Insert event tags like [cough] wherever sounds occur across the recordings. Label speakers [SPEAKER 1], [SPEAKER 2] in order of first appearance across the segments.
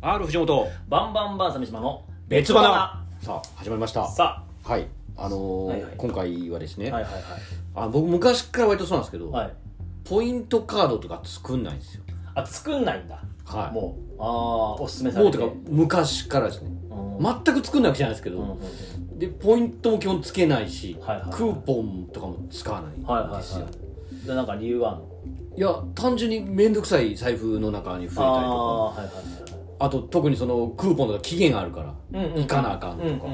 [SPEAKER 1] R 藤本
[SPEAKER 2] バンバンバーサ三島の
[SPEAKER 1] 別花さあ始まりました
[SPEAKER 2] さ
[SPEAKER 1] はいあのー
[SPEAKER 2] はいはい
[SPEAKER 1] 今回はですね、
[SPEAKER 2] あはいはいはい
[SPEAKER 1] あ僕昔から割とそうなんですけど、
[SPEAKER 2] はい
[SPEAKER 1] ポイントカードとか作んないんですよ
[SPEAKER 2] あ作んないんだ
[SPEAKER 1] はいも
[SPEAKER 2] もうああおすすめ
[SPEAKER 1] う
[SPEAKER 2] され
[SPEAKER 1] て
[SPEAKER 2] て
[SPEAKER 1] か昔からですね
[SPEAKER 2] うん
[SPEAKER 1] 全く作んなくちゃないですけど、
[SPEAKER 2] うんうんうん
[SPEAKER 1] でポイントも基本つけないし、
[SPEAKER 2] はいはいはい
[SPEAKER 1] クーポンとかも使わないんですよ、
[SPEAKER 2] はい
[SPEAKER 1] い
[SPEAKER 2] はいはいでなんか理由はあるの
[SPEAKER 1] や単純に面倒くさい財布の中に増えたりと
[SPEAKER 2] あ
[SPEAKER 1] か
[SPEAKER 2] あはいはいは
[SPEAKER 1] あと特にそのクーポンとか期限があるから、
[SPEAKER 2] いはい
[SPEAKER 1] 行かなあかんとか
[SPEAKER 2] うんうんうん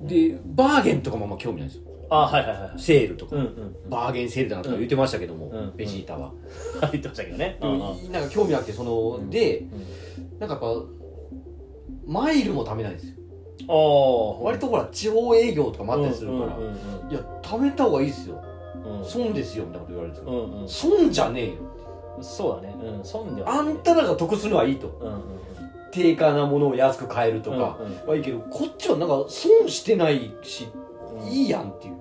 [SPEAKER 2] うん
[SPEAKER 1] でバーゲンとかもあんま興味ないんですよ
[SPEAKER 2] あはいはいはい
[SPEAKER 1] セールとか、
[SPEAKER 2] うんうん
[SPEAKER 1] バーゲンセールだなとか言ってましたけども、
[SPEAKER 2] うん
[SPEAKER 1] ベジータは、
[SPEAKER 2] 入ってましたけどね
[SPEAKER 1] でもなんか興味なくてその、
[SPEAKER 2] うん
[SPEAKER 1] で
[SPEAKER 2] うん
[SPEAKER 1] なんかやっぱマイルも貯めないんですよ
[SPEAKER 2] ああ
[SPEAKER 1] 割とほら地方営業とかもあったりするから、
[SPEAKER 2] うんうん
[SPEAKER 1] いや貯めた方がいいですよ
[SPEAKER 2] うんうん
[SPEAKER 1] 損ですよみたいなこと言われるんです
[SPEAKER 2] う
[SPEAKER 1] よ、
[SPEAKER 2] んうん
[SPEAKER 1] 損じゃねえよ
[SPEAKER 2] そうだねうん損では
[SPEAKER 1] あんたらが得するのはいいと
[SPEAKER 2] うんうんうん
[SPEAKER 1] 低価なものを安く買えるとか、
[SPEAKER 2] うん
[SPEAKER 1] はいいけどこっちはなんか損してないし、
[SPEAKER 2] うん
[SPEAKER 1] いいやんっていう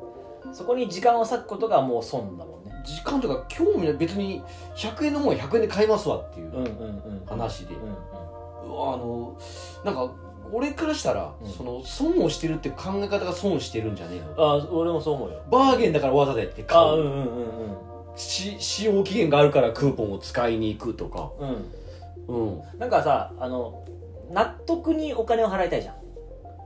[SPEAKER 2] そこに時間を割くことがもう損だもんね
[SPEAKER 1] 時間とか興味ない別に100円のもんは100円で買いますわっていう
[SPEAKER 2] うんうんうん
[SPEAKER 1] 話で、
[SPEAKER 2] うんうん
[SPEAKER 1] うわあのなんか俺からしたら、
[SPEAKER 2] うん
[SPEAKER 1] その損をしてるって考え方が損してるんじゃねえの
[SPEAKER 2] あ俺もそう思うよ
[SPEAKER 1] バーゲンだからわざわざやって買
[SPEAKER 2] あう
[SPEAKER 1] う
[SPEAKER 2] んうんうんうん
[SPEAKER 1] し使用期限があるからクーポンを使いに行くとか
[SPEAKER 2] う
[SPEAKER 1] うん
[SPEAKER 2] んなんかさあの納得にお金を払いたいじゃん、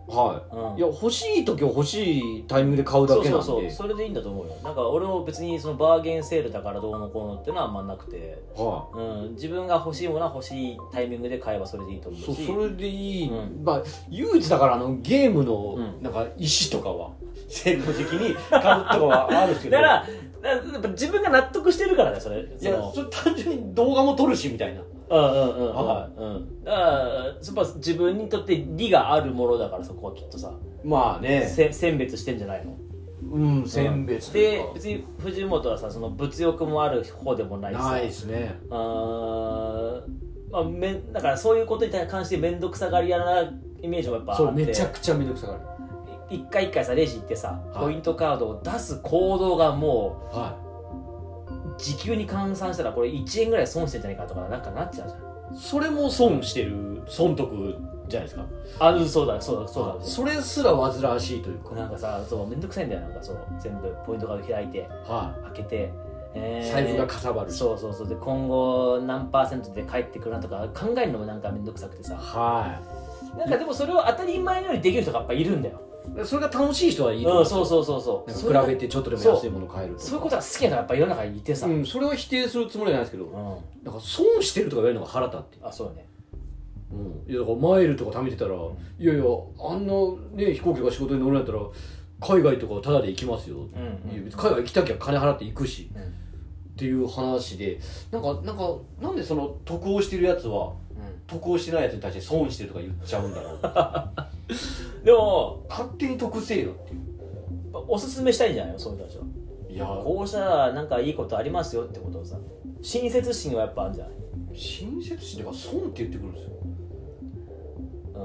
[SPEAKER 1] は
[SPEAKER 2] うん、
[SPEAKER 1] いいや欲しい時は欲しいタイミングで買うだ
[SPEAKER 2] そう
[SPEAKER 1] け
[SPEAKER 2] そ
[SPEAKER 1] なん
[SPEAKER 2] う
[SPEAKER 1] で
[SPEAKER 2] そうそれでいいんだと思うよなんか俺も別にそのバーゲンセールだからどうのこうのってのはあんまなくて、
[SPEAKER 1] は
[SPEAKER 2] うん、自分が欲しいものは欲しいタイミングで買えばそれでいいと
[SPEAKER 1] い
[SPEAKER 2] 思
[SPEAKER 1] そうう
[SPEAKER 2] し
[SPEAKER 1] それでいい、
[SPEAKER 2] うん
[SPEAKER 1] まあ唯一だからあのゲーム
[SPEAKER 2] う
[SPEAKER 1] の
[SPEAKER 2] ん
[SPEAKER 1] なんか石とかは、セールの時期に買うとかはあるけど
[SPEAKER 2] [laughs] だからだやっぱ自分が納得してるからねそれ
[SPEAKER 1] いや
[SPEAKER 2] の
[SPEAKER 1] それ単純に動画も撮るしみたいな
[SPEAKER 2] うんうんうん
[SPEAKER 1] は
[SPEAKER 2] はいうんだからやっぱ自分にとって利があるものだからそこはきっとさ、
[SPEAKER 1] まあね
[SPEAKER 2] せ選別してんじゃないの
[SPEAKER 1] うん選別とい
[SPEAKER 2] で
[SPEAKER 1] うか
[SPEAKER 2] 別に藤本はさその物欲もある方でもないしさ
[SPEAKER 1] ないですね
[SPEAKER 2] あーまあ、めんだからそういうことに関して面倒くさがり屋なイメージもやっぱあって
[SPEAKER 1] そうめちゃくちゃめんどくさがる
[SPEAKER 2] 一回一回さレジ行ってさ
[SPEAKER 1] はい
[SPEAKER 2] ポイントカードを出す行動がも
[SPEAKER 1] は
[SPEAKER 2] う時給に換算したらこれ1円ぐらい損してんじゃないかとかなんかなっちゃうじゃん
[SPEAKER 1] いそれも損してる損得じゃないですか
[SPEAKER 2] あうんそうだそうだそうだ
[SPEAKER 1] それすら煩わしいというか
[SPEAKER 2] なんかさそう面倒くさいんだよなんかそう全部ポイントカード開いて
[SPEAKER 1] は
[SPEAKER 2] 開けて、え
[SPEAKER 1] い
[SPEAKER 2] ー
[SPEAKER 1] 財布がかさばるし
[SPEAKER 2] そうそうそうで今後何パーセントで帰ってくるなとか考えるのもなんか面倒くさくてさ
[SPEAKER 1] は
[SPEAKER 2] なんかでもそれを当たり前のようにできる人がやっぱいるんだよ
[SPEAKER 1] いそれが楽しい人はいいと
[SPEAKER 2] う
[SPEAKER 1] 思
[SPEAKER 2] ん、そうそうそうそう
[SPEAKER 1] なんか比べてちょっとでも安いものを買える
[SPEAKER 2] そういうことが好きなのがやっぱ世の中にいてさ、
[SPEAKER 1] う
[SPEAKER 2] うん
[SPEAKER 1] んそれは否定するつもりはないですけどなんか損してるとか言われるのが腹立って
[SPEAKER 2] あそうね
[SPEAKER 1] うんいやだからマイルとか貯めてたら
[SPEAKER 2] ん
[SPEAKER 1] いやいやあんなね飛行機が仕事に乗るんやったら海外とかタダで行きますよ
[SPEAKER 2] うん、
[SPEAKER 1] いや別に海外行きたきゃ金払って行くし
[SPEAKER 2] うん
[SPEAKER 1] っていう話でなんかなんかなんでその得をしてるやつは得をしてないやつに対して損してるとか言っちゃうんだろ [laughs] う
[SPEAKER 2] でも
[SPEAKER 1] 勝手に得せえよっていう
[SPEAKER 2] おすすめしたいんじゃないのそういう人たちはい
[SPEAKER 1] や
[SPEAKER 2] こうしたらなんかいいことありますよってことをさ親切心はやっぱあるんじゃない
[SPEAKER 1] 親切心とか損って言ってくるんですよ
[SPEAKER 2] うん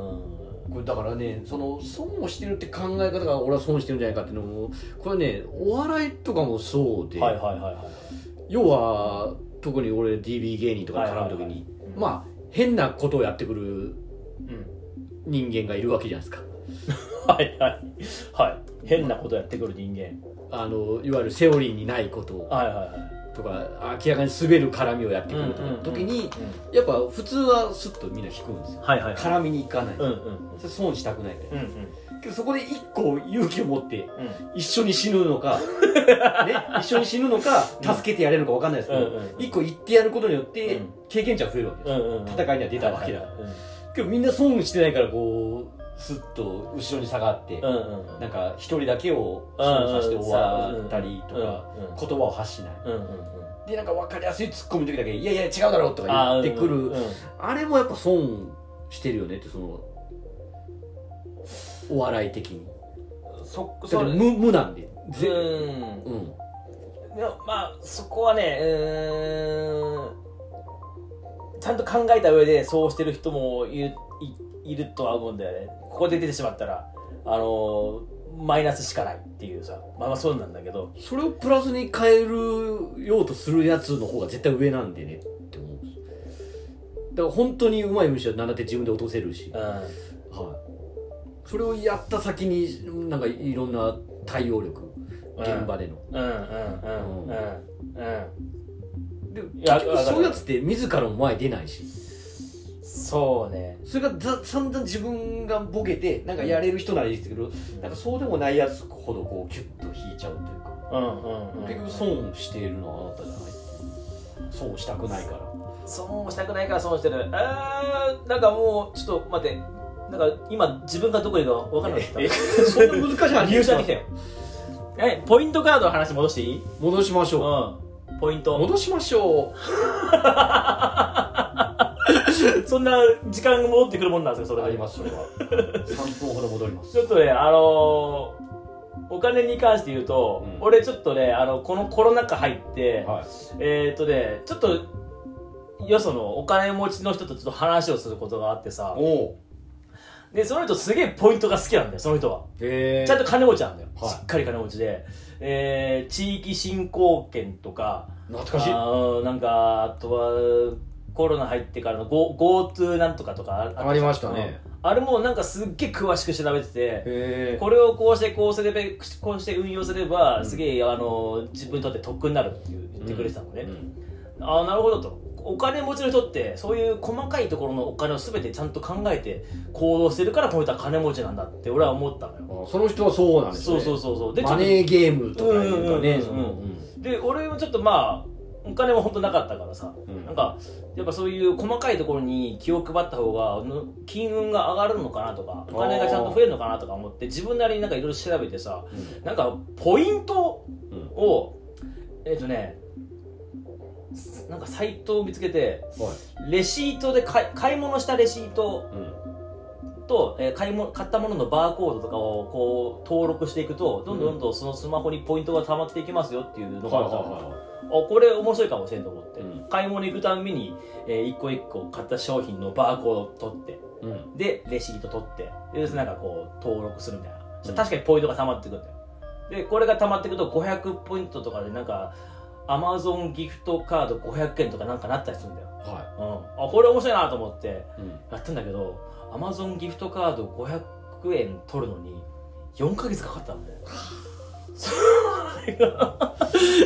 [SPEAKER 1] これだからねその損をしてるって考え方が俺は損してるんじゃないかっていうのもこれねお笑いとかもそうで、
[SPEAKER 2] はいはいはいはい
[SPEAKER 1] 要は特に俺 DB 芸人とか絡む時に、
[SPEAKER 2] はいはいはいうん
[SPEAKER 1] まあ変なことをやってくる
[SPEAKER 2] うん
[SPEAKER 1] 人間がいるわけじゃないですか
[SPEAKER 2] はいはいはい変なことやってくる人間
[SPEAKER 1] あのいわゆるセオリーにないことを
[SPEAKER 2] はいはいはい
[SPEAKER 1] とか明らかに滑る絡みをやってくると
[SPEAKER 2] うんうんうん
[SPEAKER 1] 時にやっぱ普通はスッとみんな引くんですよ
[SPEAKER 2] はいはいはい
[SPEAKER 1] 絡みに行かない、
[SPEAKER 2] うんうん
[SPEAKER 1] それ損したくないから
[SPEAKER 2] うんうん
[SPEAKER 1] けどそこで一個勇気を持って
[SPEAKER 2] うん
[SPEAKER 1] 一緒に死ぬの
[SPEAKER 2] [laughs]
[SPEAKER 1] か、ね、一緒に死ぬのか助けてやれるのか分かんないですけ
[SPEAKER 2] うん
[SPEAKER 1] ど
[SPEAKER 2] うんうん
[SPEAKER 1] 一個言ってやることによって
[SPEAKER 2] うん
[SPEAKER 1] 経験値は増えるわけで
[SPEAKER 2] うんうんうん
[SPEAKER 1] す戦いには出たわけだ
[SPEAKER 2] はいはいはい
[SPEAKER 1] けどみんな損してないからこうスッと後ろに下がって
[SPEAKER 2] うんうんうん
[SPEAKER 1] なんか一人だけを損させて終わったりとか
[SPEAKER 2] うんうん
[SPEAKER 1] 言葉を発しない
[SPEAKER 2] うんうんうん
[SPEAKER 1] でなんか分かりやすいツッコミの時だけ「いやいや違うだろ」とか言ってく
[SPEAKER 2] うんうん
[SPEAKER 1] るあれもやっぱ損してるよねってそのお笑い的に
[SPEAKER 2] そ
[SPEAKER 1] だ
[SPEAKER 2] そ
[SPEAKER 1] って
[SPEAKER 2] れ
[SPEAKER 1] 無無なんで
[SPEAKER 2] う
[SPEAKER 1] ぜ
[SPEAKER 2] ーん
[SPEAKER 1] う
[SPEAKER 2] で
[SPEAKER 1] ん
[SPEAKER 2] もまあそこはねうーんちゃんと考えた上でそうしてる人もいるいいるとは思うんだよねここで出てしまったらあのーマイナスしかないっていうさまあまあそうなんだけど
[SPEAKER 1] それをプラスに変えるようとするやつの方が絶対上なんでねって思うんですだから本当にうまい虫は7手自分で落とせるし、はい、それをやった先になんかいろんな対応力現場での、
[SPEAKER 2] うんうんうんうんうん
[SPEAKER 1] で
[SPEAKER 2] いや
[SPEAKER 1] 結局
[SPEAKER 2] わかる
[SPEAKER 1] そういうやつって自らも前に出ないし
[SPEAKER 2] そうね
[SPEAKER 1] それがざ散々自分がボケてなんかやれる人ならいいですけど、なんかそうでもないやつほどこうキュッと引いちゃうというか、
[SPEAKER 2] うんうんうん
[SPEAKER 1] 結局損しているのはあなたじゃない損したくないから
[SPEAKER 2] 損をしたくないから損してるあーなんかもうちょっと待ってなんか今自分がどこにいるか分からなかっ
[SPEAKER 1] そんな難しい
[SPEAKER 2] た
[SPEAKER 1] 話
[SPEAKER 2] 入社できたよえポイントカードの話戻していい
[SPEAKER 1] 戻しましょ
[SPEAKER 2] うんポイン
[SPEAKER 1] う
[SPEAKER 2] ト
[SPEAKER 1] 戻しましょう
[SPEAKER 2] そんな時間が戻ってくるもんなんですよそれ
[SPEAKER 1] あ
[SPEAKER 2] で
[SPEAKER 1] りますそ [laughs] れは3分ほど戻ります
[SPEAKER 2] ちょっとねあのーお金に関して言うと、
[SPEAKER 1] うん
[SPEAKER 2] 俺ちょっとねあのこのコロナ禍入って、
[SPEAKER 1] はい
[SPEAKER 2] えー、っとねちょっとよそのお金持ちの人とちょっと話をすることがあってさ
[SPEAKER 1] おお
[SPEAKER 2] でその人すげえポイントが好きなんだよその人は
[SPEAKER 1] へえ
[SPEAKER 2] ちゃんと金持ちなんだよ、
[SPEAKER 1] はい
[SPEAKER 2] しっかり金持ちで、えー地域振興券とか
[SPEAKER 1] 懐かしい
[SPEAKER 2] あーなんかあとはコロナ入ってからの Go- GoTo なんとかとかあ
[SPEAKER 1] ありましたね、
[SPEAKER 2] うんあれもなんかすっげえ詳しく調べてて
[SPEAKER 1] へえ
[SPEAKER 2] これをこうしてこうすればこうして運用すれば、
[SPEAKER 1] うん
[SPEAKER 2] すげえあの自分にとって得になるっていう言ってくれてたのね、
[SPEAKER 1] うん
[SPEAKER 2] ああなるほどとお金持ちの人ってそういう細かいところのお金を全てちゃんと考えて行動してるからこの人は金持ちなんだって俺は思ったのよ
[SPEAKER 1] あその人はそうなんです
[SPEAKER 2] そう
[SPEAKER 1] ね
[SPEAKER 2] そうそうそうでちょ
[SPEAKER 1] マ
[SPEAKER 2] っと
[SPEAKER 1] ネーゲームとかいうか
[SPEAKER 2] う
[SPEAKER 1] ね
[SPEAKER 2] ん
[SPEAKER 1] そ
[SPEAKER 2] うんうん
[SPEAKER 1] の
[SPEAKER 2] うん
[SPEAKER 1] うん
[SPEAKER 2] で俺もちょっとまあお金も本当なかったからさ、
[SPEAKER 1] うん
[SPEAKER 2] なんかやっぱそういう細かいところに気を配った方がの金運が上がるのかなとかお金がちゃんと増えるのかなとか思って自分なりになんかいろいろ調べてさなんかポイント
[SPEAKER 1] うん
[SPEAKER 2] をえっ、とねなんかサイトを見つけて
[SPEAKER 1] はい
[SPEAKER 2] レシートで買い買い物したレシート
[SPEAKER 1] うん
[SPEAKER 2] と、えー買い物買ったもののバーコードとかをこう登録していくとどんどんどんどんそのスマホにポイントがたまっていきますよっていうの
[SPEAKER 1] はい
[SPEAKER 2] があ
[SPEAKER 1] は
[SPEAKER 2] っ
[SPEAKER 1] い
[SPEAKER 2] たの
[SPEAKER 1] は
[SPEAKER 2] あこれ面白いかもしれんと思って、
[SPEAKER 1] うん
[SPEAKER 2] 買い物行くたんびに、えー一個一個買った商品のバーコード取って
[SPEAKER 1] いうん
[SPEAKER 2] でレシート取ってでなんかこう登録するみたいな、
[SPEAKER 1] うん
[SPEAKER 2] 確かにポイントが溜まってくんだよでこれが溜まってくと500ポイントとかでなんかアマゾンギフトカード500円とかなんかなったりするんだよ、
[SPEAKER 1] は
[SPEAKER 2] うん、あこれ面白いなと思って
[SPEAKER 1] いうん
[SPEAKER 2] やったんだけどアマゾンギフトカード500円取るのに4ヶ月かかったんだよそれが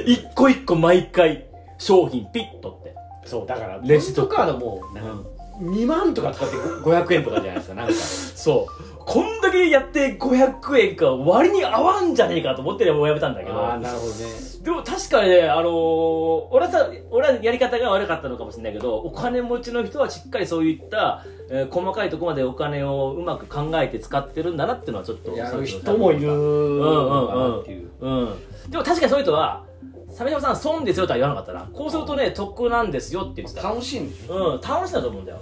[SPEAKER 2] 一個一個毎回商品ピッとって
[SPEAKER 1] そうだから
[SPEAKER 2] レ
[SPEAKER 1] レ
[SPEAKER 2] シ
[SPEAKER 1] シ
[SPEAKER 2] ート
[SPEAKER 1] ートカードもなんか2万とか使って500円とかじゃないですかなんか
[SPEAKER 2] そうこんだけやって500円か割に合わんじゃねえかと思ってねもうやめたんだ
[SPEAKER 1] [laughs]
[SPEAKER 2] け
[SPEAKER 1] ああ
[SPEAKER 2] ど
[SPEAKER 1] なるほどね
[SPEAKER 2] でも確かにね、あのー俺はさ俺はやり方が悪かったのかもしれないけどお金持ちの人はしっかりそういった、えー細かいところまでお金をうまく考えて使ってるんだなっていうのはちょっと
[SPEAKER 1] やる人もいるのかなっていう
[SPEAKER 2] うん、でも確かにそういう人は「鮫島さん損ですよ」とは言わなかったなこうするとね得なんですよって言ってた
[SPEAKER 1] 楽しいんでしょ
[SPEAKER 2] うん楽しいんだと思うんだよ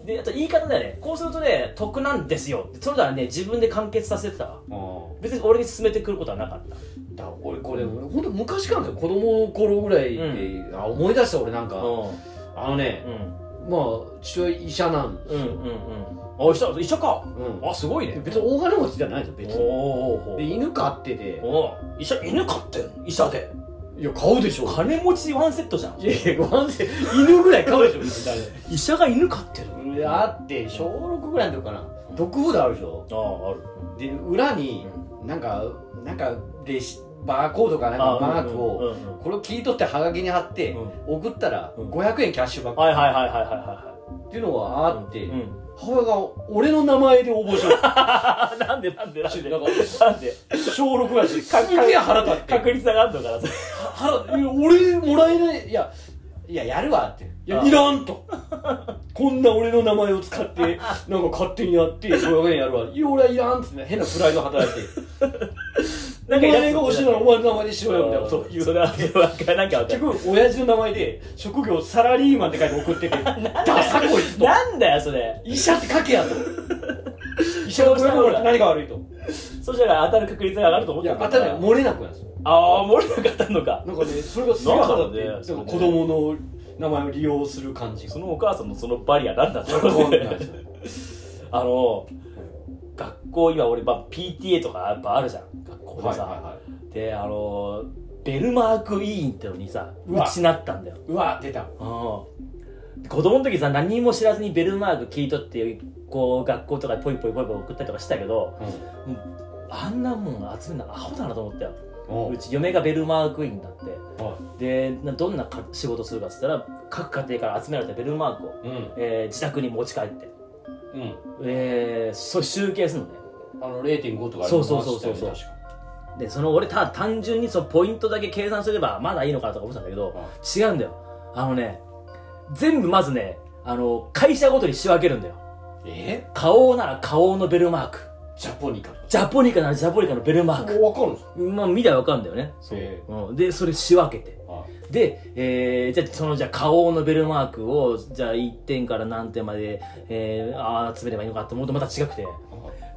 [SPEAKER 1] うん
[SPEAKER 2] であと言い方だよねこうするとね得なんですよってそれならね自分で完結させてたわ
[SPEAKER 1] あ
[SPEAKER 2] 別に俺に勧めてくることはなかった
[SPEAKER 1] ーだから俺これ本当昔からなんですよ子供の頃ぐらいであ思い出した俺なんか
[SPEAKER 2] うん
[SPEAKER 1] あのね
[SPEAKER 2] うん
[SPEAKER 1] まあ父親医者なんで
[SPEAKER 2] う
[SPEAKER 1] す
[SPEAKER 2] ん
[SPEAKER 1] よ
[SPEAKER 2] うんあ一緒一緒か
[SPEAKER 1] うん
[SPEAKER 2] あすごいね
[SPEAKER 1] 別に大金持ちじゃないんですよ別
[SPEAKER 2] お
[SPEAKER 1] に
[SPEAKER 2] お
[SPEAKER 1] で犬飼ってて
[SPEAKER 2] おお医者犬飼ってんの医者で
[SPEAKER 1] いや買うでしょ
[SPEAKER 2] 金持ちワンセットじゃん
[SPEAKER 1] いやいやワンセ犬ぐらい買うでしょみたいな
[SPEAKER 2] [laughs] 医者が犬飼ってる
[SPEAKER 1] だって小6ぐらいの時かな毒フードあるでしょ
[SPEAKER 2] ああある
[SPEAKER 1] で裏になんかなんかレシバーコードかなんかマーク
[SPEAKER 2] うん
[SPEAKER 1] を
[SPEAKER 2] うんうん
[SPEAKER 1] これを切り取ってはがきに貼って
[SPEAKER 2] うん
[SPEAKER 1] 送ったら
[SPEAKER 2] うん
[SPEAKER 1] 500円キャッシュバック
[SPEAKER 2] はいはいはいはいはいは
[SPEAKER 1] っていうのが
[SPEAKER 2] い
[SPEAKER 1] あって
[SPEAKER 2] うん
[SPEAKER 1] 母親が俺の名前で応募しようって
[SPEAKER 2] あなんでなんでなんで
[SPEAKER 1] なんか
[SPEAKER 2] なんで
[SPEAKER 1] 小6ぐらいですげえ腹立って
[SPEAKER 2] 確率上があるのかなそれ
[SPEAKER 1] 腹いや俺もらえないいやいややるわっていや
[SPEAKER 2] あ
[SPEAKER 1] いらんとこんな俺の名前を使ってなんか勝手にやって500円やるわいや俺はいらんっつって変なプライド働いてお
[SPEAKER 2] なんか
[SPEAKER 1] 前が欲しいなら
[SPEAKER 2] [laughs]
[SPEAKER 1] お前の名前にしろよみたいなこと
[SPEAKER 2] そ
[SPEAKER 1] を言
[SPEAKER 2] う
[SPEAKER 1] う
[SPEAKER 2] それはわかんないなんか
[SPEAKER 1] 結局親父の名前で職業サラリーマンって書いて送って [laughs] てダサこいつと
[SPEAKER 2] なんだよそれ
[SPEAKER 1] 医者って書けやと医者が500円もらって何が悪いと
[SPEAKER 2] そしたら当たる確率が上がると思っ
[SPEAKER 1] い
[SPEAKER 2] て
[SPEAKER 1] や
[SPEAKER 2] る
[SPEAKER 1] 当たり前漏れなくなんですよ
[SPEAKER 2] ああ漏れなかったのか
[SPEAKER 1] なんかねそれがすごい腹立って
[SPEAKER 2] なんだろうねそれ
[SPEAKER 1] なんか
[SPEAKER 2] ね
[SPEAKER 1] 子供の名前を利用する感じが
[SPEAKER 2] そのお母さんのそのバリアなんだった
[SPEAKER 1] わかんない [laughs] ですよ
[SPEAKER 2] あの学校今俺、まあ、PTA とかやっぱあるじゃん学校でさ、
[SPEAKER 1] い
[SPEAKER 2] であのベルマーク委員ってのにさ
[SPEAKER 1] うわ
[SPEAKER 2] うちなったんだよ
[SPEAKER 1] うわ出た
[SPEAKER 2] うん子供の時さ何も知らずにベルマーク聞いとってこう学校とかにポイポイポイポイ送ったりとかしたけどあんなもん集めるのアホだなと思ったよ
[SPEAKER 1] うん
[SPEAKER 2] うち嫁がベルマーク員だって
[SPEAKER 1] は
[SPEAKER 2] でなどんなか仕事するかっつったら各家庭から集められたベルマークを、
[SPEAKER 1] いうん
[SPEAKER 2] えー自宅に持ち帰って、
[SPEAKER 1] うん
[SPEAKER 2] えー、そう集計するのね
[SPEAKER 1] あの0.5とかあれ
[SPEAKER 2] そうそうそうそうそう
[SPEAKER 1] 回してたよね
[SPEAKER 2] でその俺ただ単純にそのポイントだけ計算すればまだいいのかなとか思ってたんだけど
[SPEAKER 1] 確か
[SPEAKER 2] 違うんだよあのね全部まずねあの会社ごとに仕分けるんだよ
[SPEAKER 1] え
[SPEAKER 2] 花王なら花王のベルマーク
[SPEAKER 1] ジャポニカとか
[SPEAKER 2] ジャポニカならジャポニカのベルマーク
[SPEAKER 1] もう分かるんですか
[SPEAKER 2] まあ見たらわかるんだよねそう、
[SPEAKER 1] え
[SPEAKER 2] うん、でそれ仕分けて
[SPEAKER 1] はい
[SPEAKER 2] で、えー、じゃあそのじゃあ花王のベルマークをじゃあ1点から何点まで、えー、あー集めればいいのかと思うとまた違くて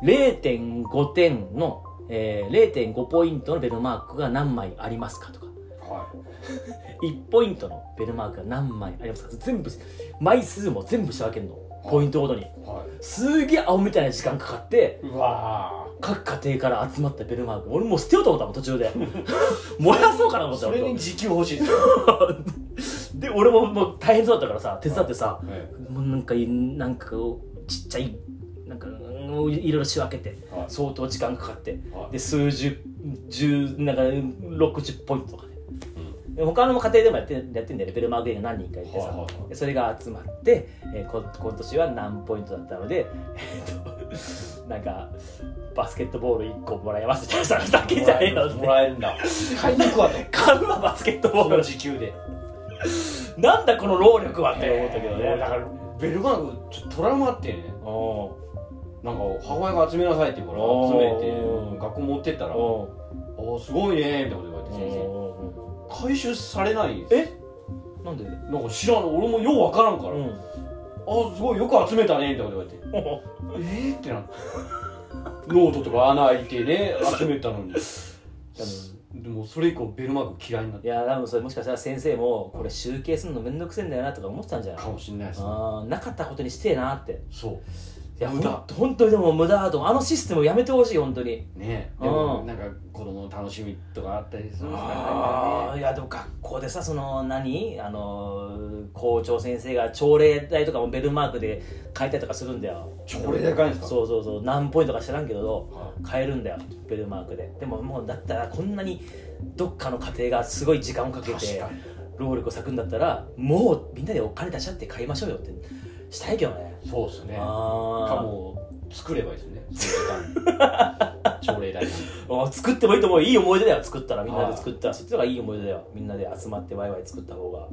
[SPEAKER 2] 0.5点の、えー、0.5ポイントのベルマークが何枚ありますかとか
[SPEAKER 1] は
[SPEAKER 2] 1ポイントのベルマークが何枚ありますか全部枚数も全部仕分けるのポイントごとに
[SPEAKER 1] いは
[SPEAKER 2] すげえ青みたいな時間かかって
[SPEAKER 1] いうわ
[SPEAKER 2] 各家庭から集まったベルマーク俺もう捨てようと思ったもん途中で [laughs] 燃やそうかな
[SPEAKER 1] ー
[SPEAKER 2] と思った
[SPEAKER 1] そ
[SPEAKER 2] よ
[SPEAKER 1] れに時給欲しいですよ
[SPEAKER 2] で俺ももう大変そうだったからさ手伝ってさ、
[SPEAKER 1] え
[SPEAKER 2] もうなんかいなんかこうちっちゃいなんかうんいろいろ仕分けて、
[SPEAKER 1] はい
[SPEAKER 2] 相当時間かかって、
[SPEAKER 1] はい
[SPEAKER 2] で数十十なんか60ポイントとかね、で他の家庭でもやってやってんだよねベルマーク園が何人かいてさ、
[SPEAKER 1] はいはいはい
[SPEAKER 2] でそれが集まって、えーこ今年は何ポイントだったのでえーっと [laughs] なんかバスケットボール1個もらえますみたいなさふざけんじゃねえよって
[SPEAKER 1] もらえるんだ買いに行くわと
[SPEAKER 2] 買うわバスケットボ
[SPEAKER 1] そ
[SPEAKER 2] ー
[SPEAKER 1] の
[SPEAKER 2] ル
[SPEAKER 1] 時給 [laughs] で
[SPEAKER 2] なんだこの労力はって思ったけどね、
[SPEAKER 1] だからベルマークちょっとトラウマあってね
[SPEAKER 2] おう
[SPEAKER 1] なんか母親が集めなさいって言うから
[SPEAKER 2] お
[SPEAKER 1] 集
[SPEAKER 2] ー
[SPEAKER 1] めて学校持ってったら「あ
[SPEAKER 2] おう
[SPEAKER 1] ーすごいね」みたいなこと言われて先
[SPEAKER 2] 先
[SPEAKER 1] 生回収されないんです
[SPEAKER 2] えなんで
[SPEAKER 1] なんか知らん俺もようわからんから「あーすごいよく集めたね」みたいなこと言われてえーってなってノートとか穴開いてね集めたのにでもそれ以降ベルマーク嫌いになっ
[SPEAKER 2] いや多分それもしかしたら先生もこれ集計するのめんどくせえんだよなとか思ってたんじゃ
[SPEAKER 1] た
[SPEAKER 2] ない
[SPEAKER 1] かもしんないですね
[SPEAKER 2] あーなかったことにしてえなって
[SPEAKER 1] そ
[SPEAKER 2] いや
[SPEAKER 1] 無
[SPEAKER 2] 無
[SPEAKER 1] 駄
[SPEAKER 2] 駄本当にでも無駄だと思うあのシステムやめてほしい本当に
[SPEAKER 1] うね
[SPEAKER 2] うん
[SPEAKER 1] でもなんか子供の楽しみとかあったりするんですか
[SPEAKER 2] あー
[SPEAKER 1] ね
[SPEAKER 2] いやでも学校でさその何あのー校長先生が朝礼台とかもベルマークで書いたりとかするんだよ
[SPEAKER 1] 朝礼台書いてんすか
[SPEAKER 2] そうそうそう何ポイントか知らんけど
[SPEAKER 1] は
[SPEAKER 2] 変えるんだよベルマークででももうだったらこんなにどっかの家庭がすごい時間をかけ
[SPEAKER 1] 確
[SPEAKER 2] て
[SPEAKER 1] かに
[SPEAKER 2] 労力を割くんだったらもうみんなでお金出し合って買いましょうよってしたいけどね
[SPEAKER 1] そうっすねか
[SPEAKER 2] あ
[SPEAKER 1] も作ればいい
[SPEAKER 2] [laughs]
[SPEAKER 1] ですよねその時間朝礼台
[SPEAKER 2] あ作ってもいいと思ういい思い出だよ作ったらみんなで作ったらそっちの方がいい思い出だよみんなで集まってワイワイ作った方が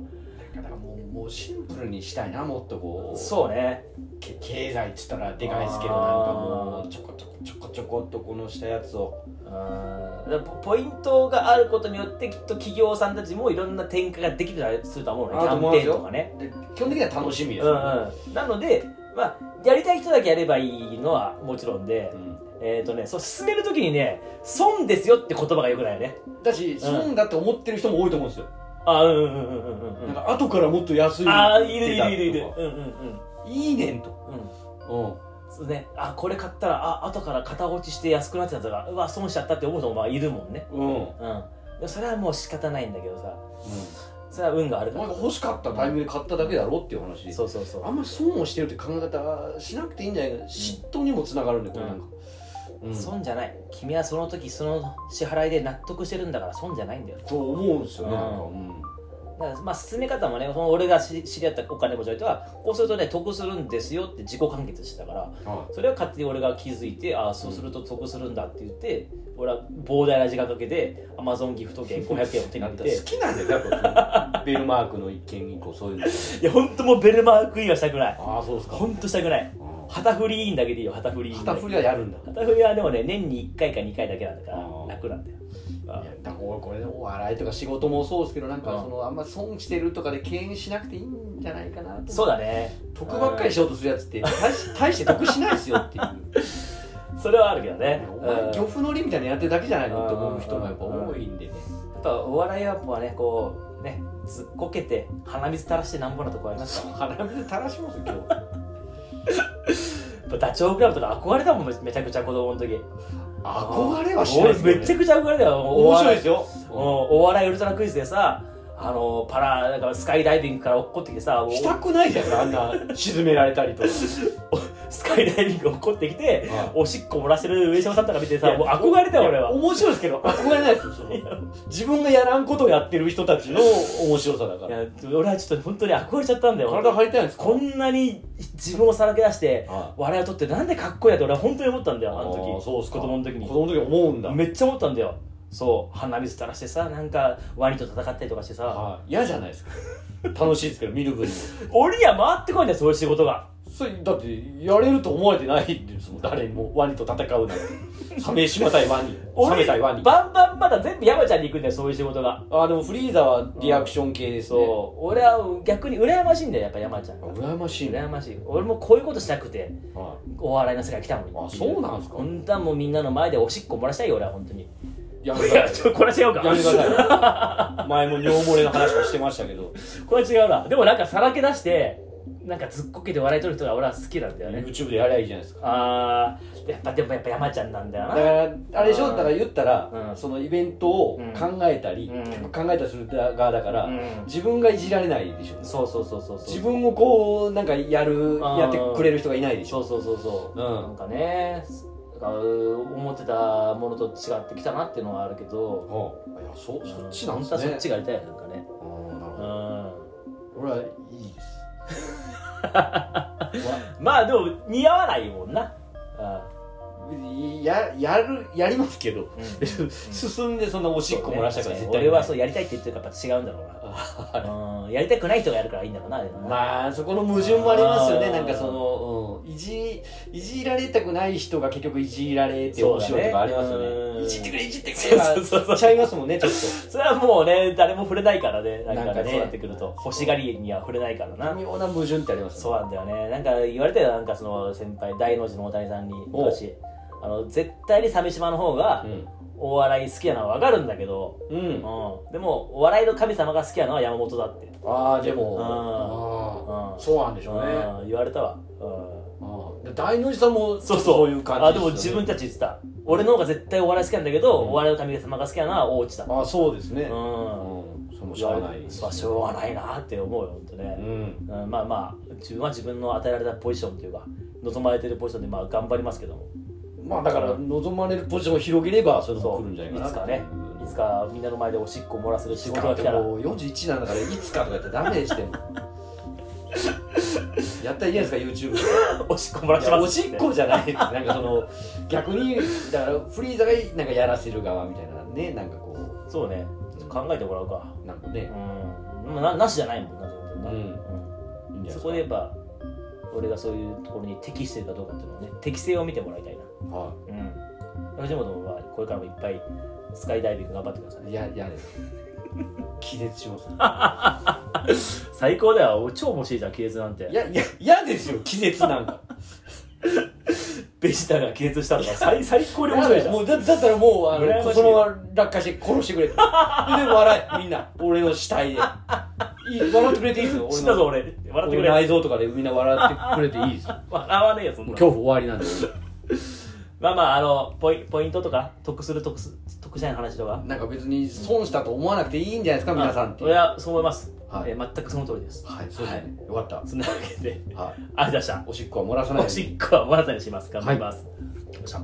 [SPEAKER 1] だからもうもうシンプルにしたいなもっとこう
[SPEAKER 2] そうね
[SPEAKER 1] け経済っつったらでかいですけどなんかもうちょこちょこちょこちょこっとこのしたやつを
[SPEAKER 2] あーだからポポイントがあることによってきっと企業さんたちもいろんな展開ができたりすると思うねキ
[SPEAKER 1] あると
[SPEAKER 2] ャン
[SPEAKER 1] 思い
[SPEAKER 2] ペ
[SPEAKER 1] ます
[SPEAKER 2] ー
[SPEAKER 1] よ
[SPEAKER 2] ンとかね
[SPEAKER 1] で基本的には楽しみです
[SPEAKER 2] う
[SPEAKER 1] よ
[SPEAKER 2] んうんなのでまあやりたい人だけやればいいのはもちろんで、
[SPEAKER 1] うん
[SPEAKER 2] えっ、とね、そう進めるときにね、損ですよって言葉がよくないよね。
[SPEAKER 1] だし損だって思ってる人も多いと思うんですよ
[SPEAKER 2] あ、うんうんうんうんうん
[SPEAKER 1] なんか後からもっと安いの
[SPEAKER 2] あー、
[SPEAKER 1] 売
[SPEAKER 2] い
[SPEAKER 1] っ
[SPEAKER 2] る
[SPEAKER 1] て
[SPEAKER 2] い
[SPEAKER 1] た
[SPEAKER 2] るいるいる。
[SPEAKER 1] とか
[SPEAKER 2] うんうんうん。
[SPEAKER 1] いいねんと
[SPEAKER 2] うん。
[SPEAKER 1] うん
[SPEAKER 2] そうね。あ、これ買ったら、あ、後から片落ちして安くなってたとか、うわ、損しちゃったって思う人もまあいるもんね。
[SPEAKER 1] うん、うん、
[SPEAKER 2] うん。でもそれはもう仕方ないんだけどさ、それは運がある
[SPEAKER 1] お
[SPEAKER 2] か
[SPEAKER 1] 前
[SPEAKER 2] ら
[SPEAKER 1] が。欲しかったタイミングで買っただけだろっていう話
[SPEAKER 2] そうそうそ
[SPEAKER 1] あ
[SPEAKER 2] う。
[SPEAKER 1] んまり損をしてるって考え方しなくていいんじゃないかな嫉妬にもつながるんでこれなんか、うん
[SPEAKER 2] 損じゃない。君はその時その支払いで納得してるんだから損じゃないんだよ。
[SPEAKER 1] と思うんですよね、
[SPEAKER 2] うん
[SPEAKER 1] なんか、うん、
[SPEAKER 2] だからまあ進め方もね、その俺が知り知り合ったお金持ちの人は、こうするとね、得するんですよって自己完結してたから、
[SPEAKER 1] は
[SPEAKER 2] それは勝手に俺が気づいてああそうすると得するんだって言って、俺は膨大な時間かけてアマゾンギフト券500円を
[SPEAKER 1] [laughs]
[SPEAKER 2] 手
[SPEAKER 1] い、
[SPEAKER 2] に
[SPEAKER 1] なん
[SPEAKER 2] 入
[SPEAKER 1] か
[SPEAKER 2] れて
[SPEAKER 1] 好きなんだよやっぱベルマークの一件以降そういうの
[SPEAKER 2] いや本当もうベルマークインはしたくない
[SPEAKER 1] ああそうですか
[SPEAKER 2] 本当したくない旗振りインだけでいいよ旗振りイン
[SPEAKER 1] 旗振りはやるんだい
[SPEAKER 2] 旗振りはでもね年に1回か2回だけなんだか
[SPEAKER 1] あー
[SPEAKER 2] ら楽なんだよあ
[SPEAKER 1] やだから俺これお笑いとか仕事もそうですけどなんか
[SPEAKER 2] うん
[SPEAKER 1] そのあんま損してるとかで敬遠しなくていいんじゃないかなと
[SPEAKER 2] そうだね
[SPEAKER 1] 得ばっかりしようとするやつって大し大して得しないですよっていう
[SPEAKER 2] それはあるけどね
[SPEAKER 1] お
[SPEAKER 2] う
[SPEAKER 1] 前
[SPEAKER 2] ん
[SPEAKER 1] 漁夫の利みたいなのやってるだけじゃないのって思う人がやっぱ多いんでね
[SPEAKER 2] やっぱお笑いはやっぱねこうねずっこけて鼻水垂らしてなんぼなとこありますか
[SPEAKER 1] そう鼻水垂らしますよ今日
[SPEAKER 2] らやっぱダチョウ倶楽部とか憧れたもんめめちゃくちゃ子供の時
[SPEAKER 1] 憧れはしないですよ、ね、
[SPEAKER 2] 俺めちゃくちゃ憧れだよ
[SPEAKER 1] 面白いですよ
[SPEAKER 2] おお笑いウルトラクイズでさあのパラなんかスカイダイビングから落っこってきてさもう
[SPEAKER 1] したくないじゃんあんな沈められたりとか
[SPEAKER 2] スカイダイビング落っこってきて
[SPEAKER 1] はい
[SPEAKER 2] おしっこ漏らしてる上島さんとか見て
[SPEAKER 1] い
[SPEAKER 2] さ
[SPEAKER 1] や
[SPEAKER 2] もう憧れたよ俺
[SPEAKER 1] いや
[SPEAKER 2] は
[SPEAKER 1] 面白いですけど憧れないですよその自分がやらんことをやってる人たちの面白さだか
[SPEAKER 2] い
[SPEAKER 1] ら
[SPEAKER 2] や俺はちょっと本当に憧れちゃったんだよ
[SPEAKER 1] 体入りたいんですか
[SPEAKER 2] こんなに自分をさらけ出して
[SPEAKER 1] は
[SPEAKER 2] 笑いを取ってなんでかっこいいやって俺は本当に思ったんだ
[SPEAKER 1] い
[SPEAKER 2] よあの
[SPEAKER 1] あー
[SPEAKER 2] 時
[SPEAKER 1] そうっすか
[SPEAKER 2] 子供の時に
[SPEAKER 1] 子供の時思うんだ
[SPEAKER 2] めっちゃ思ったんだよそう鼻水垂らしてさなんかワニと戦ったりとかしてさ
[SPEAKER 1] はい嫌じゃないです [laughs] か楽しいですけど見る分に
[SPEAKER 2] 俺には回ってこいんだよそういう仕事が
[SPEAKER 1] それだってやれると思われてないですもん誰もワニと戦うなん [laughs] てサメしがたいワニサ
[SPEAKER 2] 俺
[SPEAKER 1] メたいワニ
[SPEAKER 2] バンバンまだ全部山ちゃんに行くんだよそういう仕事が
[SPEAKER 1] あでもフリーザはリアクション系です
[SPEAKER 2] そう、
[SPEAKER 1] ね
[SPEAKER 2] 俺は逆に羨ましいんだよやっぱ山ちゃんが
[SPEAKER 1] 羨ましいね
[SPEAKER 2] 羨ましい俺もこういうことしたくて
[SPEAKER 1] は
[SPEAKER 2] お笑いの世界来たのに
[SPEAKER 1] あそうなんすか
[SPEAKER 2] 本当はもうみんなの前でおしっこ漏らしたいよ俺は本当に
[SPEAKER 1] いやめ
[SPEAKER 2] い
[SPEAKER 1] てくだ
[SPEAKER 2] や
[SPEAKER 1] さ
[SPEAKER 2] ちょっとこれは違うか
[SPEAKER 1] いやめてください [laughs] 前も尿漏れの話もしてましたけど
[SPEAKER 2] これは違うなでもなんかさらけ出してなんかずっこけて笑い取る人が俺は好きなんだよね
[SPEAKER 1] YouTube でやりゃいいじゃないですか
[SPEAKER 2] あーやっぱでもやっぱ山ちゃんなんだよ
[SPEAKER 1] だ
[SPEAKER 2] な
[SPEAKER 1] からあれでしょ
[SPEAKER 2] うん
[SPEAKER 1] だから言った
[SPEAKER 2] う
[SPEAKER 1] ら
[SPEAKER 2] ん
[SPEAKER 1] そのイベントを考えたり
[SPEAKER 2] うん
[SPEAKER 1] 考えたりする側だから
[SPEAKER 2] うん
[SPEAKER 1] 自分がいじられないでしょ
[SPEAKER 2] そうそうそうそうそう
[SPEAKER 1] 自分をこうなんかやる
[SPEAKER 2] あー
[SPEAKER 1] やってくれる人がいないでし
[SPEAKER 2] そ
[SPEAKER 1] ょ
[SPEAKER 2] うそうそうそう、
[SPEAKER 1] うん
[SPEAKER 2] なんかねだから思ってたものと違ってきたなっていうのはあるけど
[SPEAKER 1] あいやそそっちなんです
[SPEAKER 2] 本当はそ
[SPEAKER 1] ね
[SPEAKER 2] っちがやりたいよなんかね
[SPEAKER 1] あーなるほ
[SPEAKER 2] う
[SPEAKER 1] ど俺はいいですわ
[SPEAKER 2] んまあでも似合わないもんな
[SPEAKER 1] ややるやりますけど
[SPEAKER 2] う
[SPEAKER 1] [laughs]
[SPEAKER 2] ん
[SPEAKER 1] 進んでそんなおしっこ漏らしたから絶対
[SPEAKER 2] 俺はそうやりたいって言ってるからやっぱ違うんだろうな
[SPEAKER 1] あ
[SPEAKER 2] うんやりたくない人がやるからいいんだろうなあれな
[SPEAKER 1] まあそこの矛盾もありますよ
[SPEAKER 2] あ
[SPEAKER 1] ね
[SPEAKER 2] ー
[SPEAKER 1] なんかその、うん、いじいじられたくない人が結局いじられて面白いとかありますよ
[SPEAKER 2] そうだ
[SPEAKER 1] ね
[SPEAKER 2] ね
[SPEAKER 1] いじってくれいじってくれは
[SPEAKER 2] そうそうそう
[SPEAKER 1] ちゃいますもんねちょっ
[SPEAKER 2] それはもうね誰も触れないからねなんかね
[SPEAKER 1] なんかね
[SPEAKER 2] そうなってくると欲しがりには触れないから
[SPEAKER 1] と
[SPEAKER 2] な
[SPEAKER 1] 微妙な矛盾ってあります
[SPEAKER 2] そうなんだよねなんか言われたよなんかその先輩大の字の大谷さんに
[SPEAKER 1] お
[SPEAKER 2] 昔あの絶対に鮫島の方が
[SPEAKER 1] うん
[SPEAKER 2] お笑い好きなのは分かるんだけど、
[SPEAKER 1] うん
[SPEAKER 2] うん、でもお笑いの神様が好きなのは山本だって、
[SPEAKER 1] ああで
[SPEAKER 2] うん
[SPEAKER 1] もあ
[SPEAKER 2] う
[SPEAKER 1] ー
[SPEAKER 2] ん
[SPEAKER 1] そうなんでしょうね
[SPEAKER 2] うん、言われたわ、うん、
[SPEAKER 1] あーで大の字さんも
[SPEAKER 2] そうそう
[SPEAKER 1] いう感じ
[SPEAKER 2] あでも
[SPEAKER 1] す
[SPEAKER 2] 自
[SPEAKER 1] よね
[SPEAKER 2] 分たち言ってた俺の方が絶対お笑い好きなんだけど、
[SPEAKER 1] うん
[SPEAKER 2] お笑いの神様が好きなのは大内だ
[SPEAKER 1] あそうですね
[SPEAKER 2] う
[SPEAKER 1] うん
[SPEAKER 2] ん
[SPEAKER 1] それもしょうがないです
[SPEAKER 2] そしょうがないなって思うよ本当
[SPEAKER 1] う
[SPEAKER 2] ね、
[SPEAKER 1] ん
[SPEAKER 2] うんまあまあ自分は自分の与えられたポジションというか望まれてるポジションでまあ頑張りますけども
[SPEAKER 1] まあだから望まれるポジションを広げればそれも
[SPEAKER 2] そ
[SPEAKER 1] 来る
[SPEAKER 2] うん
[SPEAKER 1] じゃない
[SPEAKER 2] い
[SPEAKER 1] かな
[SPEAKER 2] つかね
[SPEAKER 1] うん
[SPEAKER 2] いつかみんなの前でおしっこ漏らせる仕
[SPEAKER 1] 仕
[SPEAKER 2] 事
[SPEAKER 1] 事が来
[SPEAKER 2] が来た
[SPEAKER 1] た
[SPEAKER 2] ら
[SPEAKER 1] らもう41なんだからいつかとかやってダメでしても
[SPEAKER 2] [laughs]
[SPEAKER 1] やったらいいじゃないですか YouTube
[SPEAKER 2] おしっこ漏ら
[SPEAKER 1] い
[SPEAKER 2] しま
[SPEAKER 1] や
[SPEAKER 2] す
[SPEAKER 1] おしっこじゃないなんかその逆にだからフリーザがなんかやらせる側みたいなねなんかこ
[SPEAKER 2] そうねちょっと考えてもらうか
[SPEAKER 1] うなんか
[SPEAKER 2] う
[SPEAKER 1] ね
[SPEAKER 2] んまあななしじゃないもんな全然な
[SPEAKER 1] うん
[SPEAKER 2] うん
[SPEAKER 1] いいんじゃないす
[SPEAKER 2] そ
[SPEAKER 1] か
[SPEAKER 2] こでやっぱ俺がそういうところに適してるかどうかっていうのをね適性を見てもらいたいな
[SPEAKER 1] は
[SPEAKER 2] うん藤本はこれからもいっぱいスカイダイビング頑張ってください
[SPEAKER 1] いいやいやです
[SPEAKER 2] [laughs]
[SPEAKER 1] 気絶します
[SPEAKER 2] 最高だよ超面白いじゃん亀裂なんて
[SPEAKER 1] いやいや嫌ですよ気絶なんか
[SPEAKER 2] ベジタが亀裂したのが最最高に面白いじゃん
[SPEAKER 1] もうだだったらもうあ
[SPEAKER 2] 羨ま
[SPEAKER 1] の
[SPEAKER 2] しいよ
[SPEAKER 1] そのまま落下して殺してくれで笑えみんな俺の死体でいい笑ってくれていいですよ
[SPEAKER 2] 死
[SPEAKER 1] 俺
[SPEAKER 2] んだぞ
[SPEAKER 1] の
[SPEAKER 2] 俺笑って
[SPEAKER 1] 俺
[SPEAKER 2] く
[SPEAKER 1] の内
[SPEAKER 2] れ
[SPEAKER 1] 臓とかでみんな笑ってくれていい
[SPEAKER 2] [laughs]
[SPEAKER 1] ですよも
[SPEAKER 2] 笑わねえよそん
[SPEAKER 1] う
[SPEAKER 2] な
[SPEAKER 1] 恐怖終わりなんで
[SPEAKER 2] まあまああのポイポイントとか得する得す得しない話とか
[SPEAKER 1] なんか別に損したと思わなくていいんじゃないですか皆さんって
[SPEAKER 2] あ俺はそう思います、
[SPEAKER 1] はい
[SPEAKER 2] えー全くその通りです
[SPEAKER 1] はいそうですねよかった
[SPEAKER 2] そんなわけで
[SPEAKER 1] はい
[SPEAKER 2] ありがとうございま
[SPEAKER 1] おしっこは漏らさ
[SPEAKER 2] し
[SPEAKER 1] ないよう
[SPEAKER 2] たお
[SPEAKER 1] に
[SPEAKER 2] しっこはもらったりします頑張ります、よっしゃ